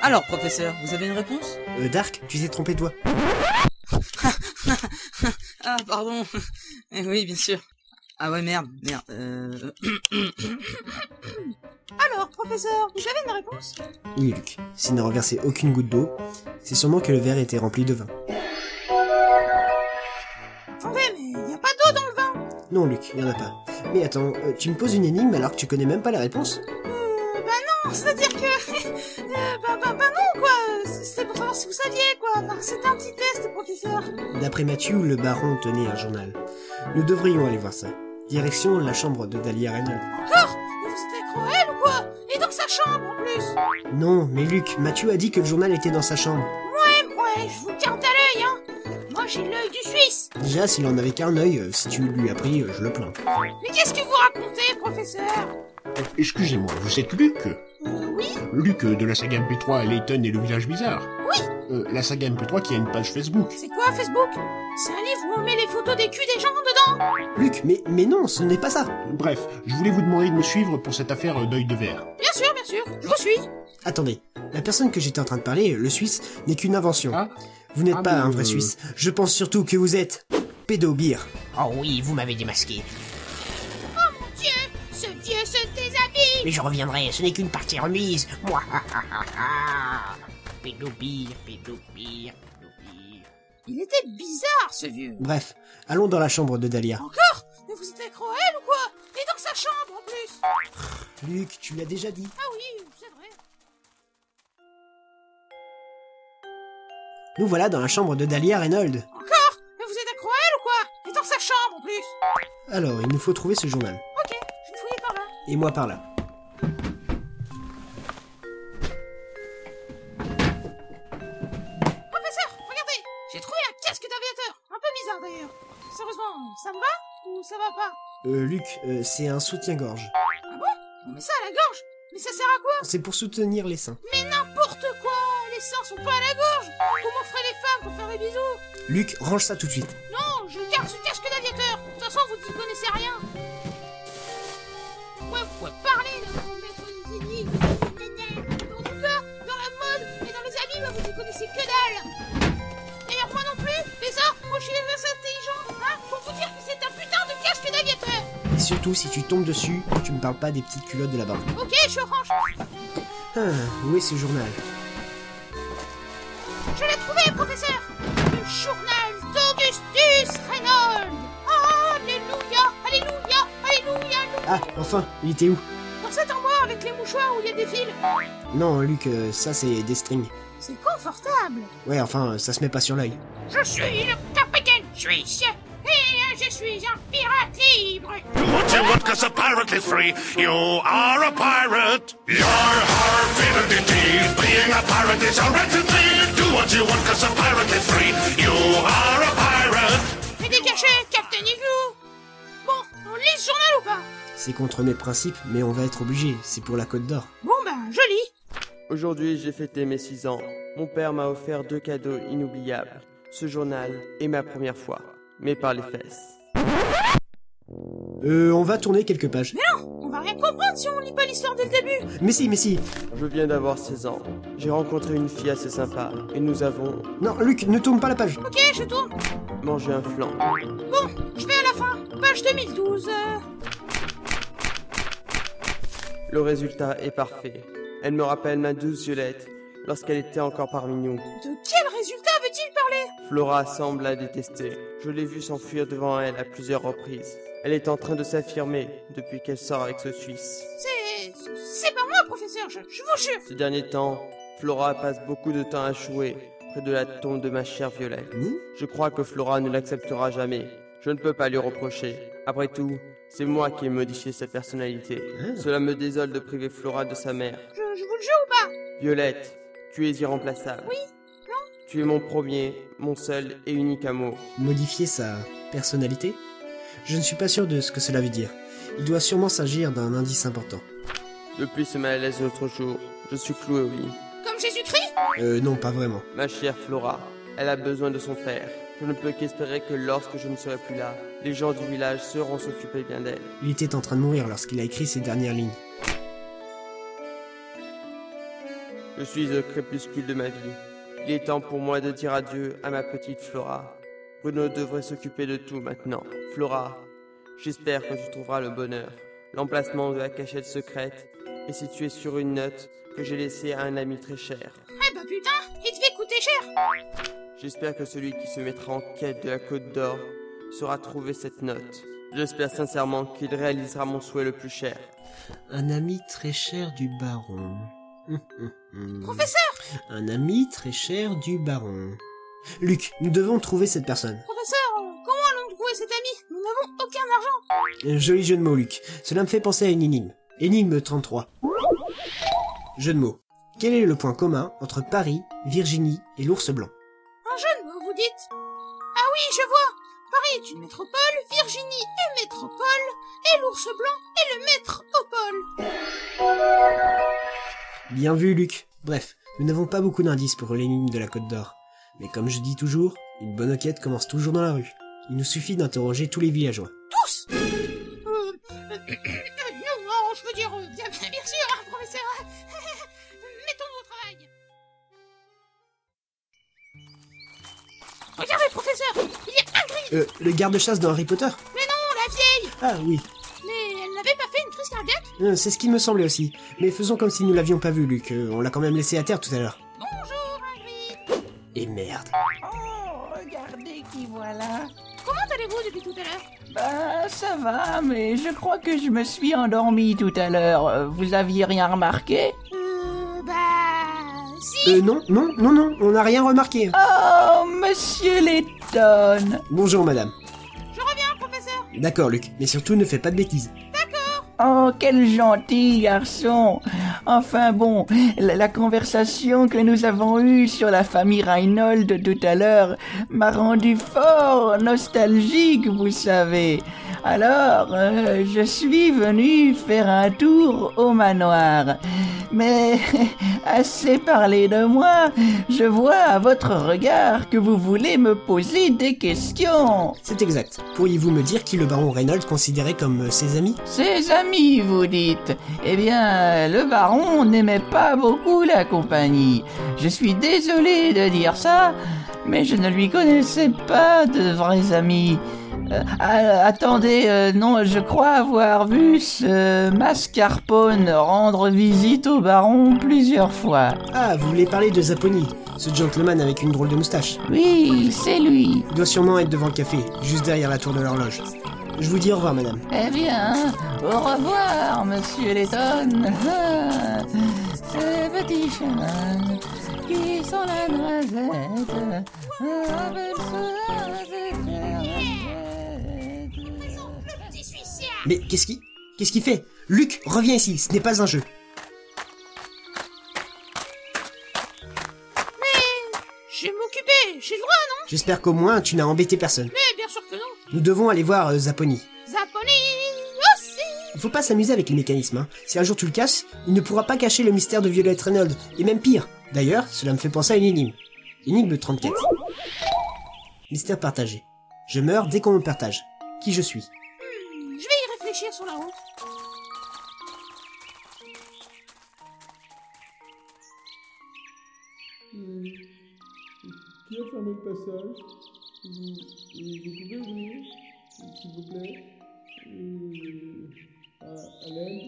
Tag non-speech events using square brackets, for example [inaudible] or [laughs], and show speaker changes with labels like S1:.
S1: Alors, professeur, vous avez une réponse
S2: Euh, Dark, tu t'es trompé de voix.
S1: Ah, pardon. [laughs] Eh oui, bien sûr. Ah ouais, merde, merde. Euh...
S3: Alors, professeur, vous avez une réponse
S2: Oui, Luc. S'il n'a renversé aucune goutte d'eau, c'est sûrement que le verre était rempli de vin.
S3: Attendez, mais il n'y a pas d'eau dans le vin
S2: Non, Luc, il n'y en a pas. Mais attends, euh, tu me poses une énigme alors que tu connais même pas la réponse
S3: Euh, Bah non, c'est-à-dire que... [laughs] euh, bah, bah, bah non, quoi C'est- C'est pour savoir si vous saviez, quoi Enfin, C'était un petit test, professeur
S2: D'après Mathieu, le baron tenait un journal. Nous devrions aller voir ça. Direction la chambre de Dahlia Reynolds.
S3: Encore Oh, Mais vous êtes cruel ou quoi Et dans sa chambre, en plus
S2: Non, mais Luc, Mathieu a dit que le journal était dans sa chambre.
S3: Ouais, ouais, je vous garde à l'œil, hein Moi, j'ai l'œil du Suisse
S2: Déjà, s'il en avait qu'un œil, euh, si tu lui as pris, euh, je le plains.
S3: Mais qu'est-ce que vous racontez, professeur
S4: Excusez-moi, vous êtes Luc
S3: Euh, oui
S4: Luc euh, de la saga MP3 Layton et le village bizarre Oui La saga MP3 qui a une page Facebook.
S3: C'est quoi, Facebook C'est un livre où on met les photos des culs des gens dedans
S2: Luc, mais, mais non, ce n'est pas ça
S4: Bref, je voulais vous demander de me suivre pour cette affaire euh, d'œil de verre.
S3: Bien sûr, bien sûr, je vous suis
S2: Attendez, la personne que j'étais en train de parler, le Suisse, n'est qu'une invention.
S4: Ah.
S2: vous n'êtes
S4: Ah,
S2: pas
S4: mais,
S2: un vrai
S4: euh,
S2: Suisse. Je pense surtout que vous êtes... Pédobir.
S5: Oh oui, vous m'avez démasqué.
S3: Dieu, ce vieux se déshabille
S5: Mais je reviendrai, ce n'est qu'une partie remise. Moi, ha ha ha ha. Pédopire, pédopire, pédopire.
S3: Il était bizarre, ce vieux
S2: Bref, allons dans la chambre de Dahlia.
S3: Encore Mais vous êtes cruel ou quoi Et dans sa chambre, en plus
S2: Luc, tu l'as déjà dit.
S3: Ah oui, c'est vrai
S2: Nous voilà dans la chambre de Dahlia Reynolds.
S3: Encore Mais vous êtes cruel ou quoi Et dans sa chambre, en plus
S2: Alors, il nous faut trouver ce journal.
S3: Je vais fouiller par là
S2: Et moi par là.
S3: Professeur, regardez J'ai trouvé un casque d'aviateur Un peu bizarre, d'ailleurs Sérieusement, ça me va Ou ça va pas
S2: Euh, Luc, euh, c'est un soutien-gorge.
S3: On met ça à la gorge Mais ça sert à quoi
S2: C'est pour soutenir les seins.
S3: N'importe quoi Les seins sont pas à la gorge Comment feraient les femmes pour faire des bisous
S2: Luc, range ça tout de suite.
S3: Non, je garde ce casque d'aviateur De toute façon, vous n'y connaissez rien Pourquoi vous pouvez parler de vous mettre des énigmes En tout cas, dans la mode et dans les habits, bah, vous n'y connaissez que dalle D'ailleurs, moi non plus Mais ça, moi je suis assez intelligent hein, Pour vous dire que c'est un putain de casque d'aviateur
S2: Et surtout, si tu tombes dessus, tu me parles pas des petites culottes de la barbe.
S3: Ok, je range
S2: Ah, où est ce journal
S3: Je l'ai trouvé, professeur Le journal d'Augustus Reynolds Alléluia Alléluia Alléluia
S2: Ah, enfin, il était où
S3: Dans cet endroit avec les mouchoirs où il y a des fils
S2: Non, Luc, euh, ça c'est des strings.
S3: C'est confortable
S2: Ouais, enfin, euh, ça se met pas sur l'œil.
S3: Je suis le capitaine suisse et je suis un pirate libre.
S6: What you want cause a pirate is free. You are a pirate. Your heart identity. Being a pirate is your identity. Do what you want cause a pirate is free. You are a pirate.
S3: Mais dégagez, Captain Igloo Bon, on lit ce journal ou pas
S2: C'est contre mes principes, mais on va être obligé, c'est pour la Côte d'Or.
S3: Bon ben, je lis.
S7: Aujourd'hui, j'ai fêté mes 6 ans. Mon père m'a offert deux cadeaux inoubliables. Ce journal et ma première fois. Mais par les fesses.
S2: Euh, on va tourner quelques pages.
S3: On va rien comprendre si on lit pas l'histoire dès le début.
S2: Mais si, mais si
S7: Je viens d'avoir 16 ans. J'ai rencontré une fille assez sympa. Et nous avons
S2: Non, Luc, ne tourne pas la page
S3: Ok, je tourne.
S7: mangé un flan.
S3: Je vais à la fin. Page 2012. euh.
S7: Le résultat est parfait. Elle me rappelle ma douce Violette lorsqu'elle était encore parmi nous.
S3: De quel résultat veut-il parler
S7: Flora semble la détester. Je l'ai vue s'enfuir devant elle à plusieurs reprises. Elle est en train de s'affirmer depuis qu'elle sort avec ce Suisse.
S3: C'est... C'est pas moi, professeur, je, je vous jure.
S7: Ces derniers temps, Flora passe beaucoup de temps à jouer près de la tombe de ma chère Violette. Je crois que Flora ne l'acceptera jamais. Je ne peux pas lui reprocher. Après tout, c'est moi qui ai modifié sa personnalité. Cela me désole de priver Flora de sa mère.
S3: Je, je vous le jure ou pas
S7: Violette, tu es irremplaçable. Oui, Tu es mon premier, mon seul et unique amour.
S2: Modifier sa personnalité Je ne suis pas sûr de ce que cela veut dire. Il doit sûrement s'agir d'un indice important.
S7: Depuis ce malaise de l'autre jour, je suis cloué au lit.
S3: Comme Jésus-Christ
S2: Euh, non, pas vraiment.
S7: Ma chère Flora, elle a besoin de son père. Je ne peux qu'espérer que lorsque je ne serai plus là, les gens du village sauront s'occuper bien d'elle.
S2: Il était en train de mourir lorsqu'il a écrit ces dernières lignes.
S7: Je suis au crépuscule de ma vie. Il est temps pour moi de dire adieu à ma petite Flora. Bruno devrait s'occuper de tout maintenant. Flora, j'espère que tu trouveras le bonheur. L'emplacement de la cachette secrète est situé sur une note que j'ai laissée à un ami très cher.
S3: Ah bah putain, il devait coûter cher
S7: J'espère que celui qui se mettra en quête de la Côte d'Or saura trouver cette note. J'espère sincèrement qu'il réalisera mon souhait le plus cher.
S2: Un ami très cher du baron. [laughs] Hum, hum, hum.
S3: Professeur
S2: Un ami très cher du baron. Luc, nous devons trouver cette personne.
S3: Professeur, euh, comment allons-nous trouver cet ami Nous n'avons aucun argent
S2: Euh, Joli jeu de mots, Luc. Cela me fait penser à une énigme. Énigme 33. Jeu de mots. Quel est le point commun entre Paris, Virginie et l'ours blanc
S3: Un jeune, vous vous dites Ah oui, je vois Paris est une métropole, Virginie est métropole, et l'ours blanc est le maître au pôle.
S2: Bien vu, Luc. Bref, nous n'avons pas beaucoup d'indices pour l'énigme de la Côte d'Or. Mais comme je dis toujours, une bonne enquête commence toujours dans la rue. Il nous suffit d'interroger tous les villageois.
S3: Euh, euh, non, non, je veux dire, euh, bien, bien, bien sûr, hein, professeur [laughs] Mettons-nous au travail Regardez, professeur Il y a un gris
S2: Euh, le garde-chasse dans Harry Potter
S3: Mais non, la vieille
S2: Ah oui,
S3: Mais elle n'avait pas fait une crise cardiaque
S2: Euh, c'est ce qu'il me semblait aussi. Mais faisons comme si nous l'avions pas vu, Luc. Euh, on l'a quand même laissé à terre tout à l'heure.
S3: Bonjour, un gris
S2: Et merde.
S8: Oh, regardez qui voilà.
S3: Comment allez-vous hein, depuis tout à l'heure
S8: Bah, ça va, mais je crois que je me suis endormi tout à l'heure. Euh, Vous aviez rien remarqué
S3: Euh, bah... Si
S2: Euh, non, non, non, non, on n'a rien
S3: Euh.
S2: remarqué.
S8: Oh, monsieur Letton
S2: Bonjour, madame.
S3: Je reviens, professeur
S2: D'accord, Luc, mais surtout ne fais pas de bêtises.
S8: Oh, quel gentil garçon Enfin bon, la, la conversation que nous avons eue sur la famille Reinhold tout à l'heure m'a rendu fort nostalgique, vous savez. Alors, euh, je suis venu faire un tour au manoir. Mais [laughs] assez parlé de moi, je vois à votre regard que vous voulez me poser des questions.
S2: C'est exact. Pourriez-vous me dire qui le baron Reynolds considérait comme euh, ses amis
S8: Ses amis, vous dites Eh bien, le baron n'aimait pas beaucoup la compagnie. Je suis désolé de dire ça, mais je ne lui connaissais pas de vrais amis. Euh, ah, attendez, euh, non, je crois avoir vu ce mascarpone rendre visite au baron plusieurs fois.
S2: Ah, vous voulez parler de Zapponi, ce gentleman avec une drôle de moustache.
S8: Oui, c'est lui.
S2: Il doit sûrement être devant le café, juste derrière la tour de l'horloge. Je vous dis au revoir, madame.
S8: Eh bien, au revoir, monsieur Letton. Ah, [laughs] Ces petits chemins qui sont la noisette. Appelle ça des clairettes.
S3: Je suis sûr
S2: Mais qu'est-ce qui. Qu'est-ce qu'il fait Luc, reviens ici, ce n'est pas un jeu.
S3: Je vais m'occuper, j'ai le droit, non
S2: J'espère qu'au moins tu n'as embêté personne.
S3: Mais bien sûr que non
S2: Nous devons aller voir euh, Zapponi.
S3: Zaponi aussi
S2: Il faut pas s'amuser avec les mécanismes. Hein. Si un jour tu le casses, il ne pourra pas cacher le mystère de Violet Reynolds. Et même pire. D'ailleurs, cela me fait penser à une énigme. Énigme 34. Mystère partagé. Je meurs dès qu'on me partage. Qui je suis
S3: Je vais y réfléchir sur la route.
S9: Qui a fermé le passage vous, euh, vous pouvez ouvrir, s'il vous plaît Euh, à- à l'aide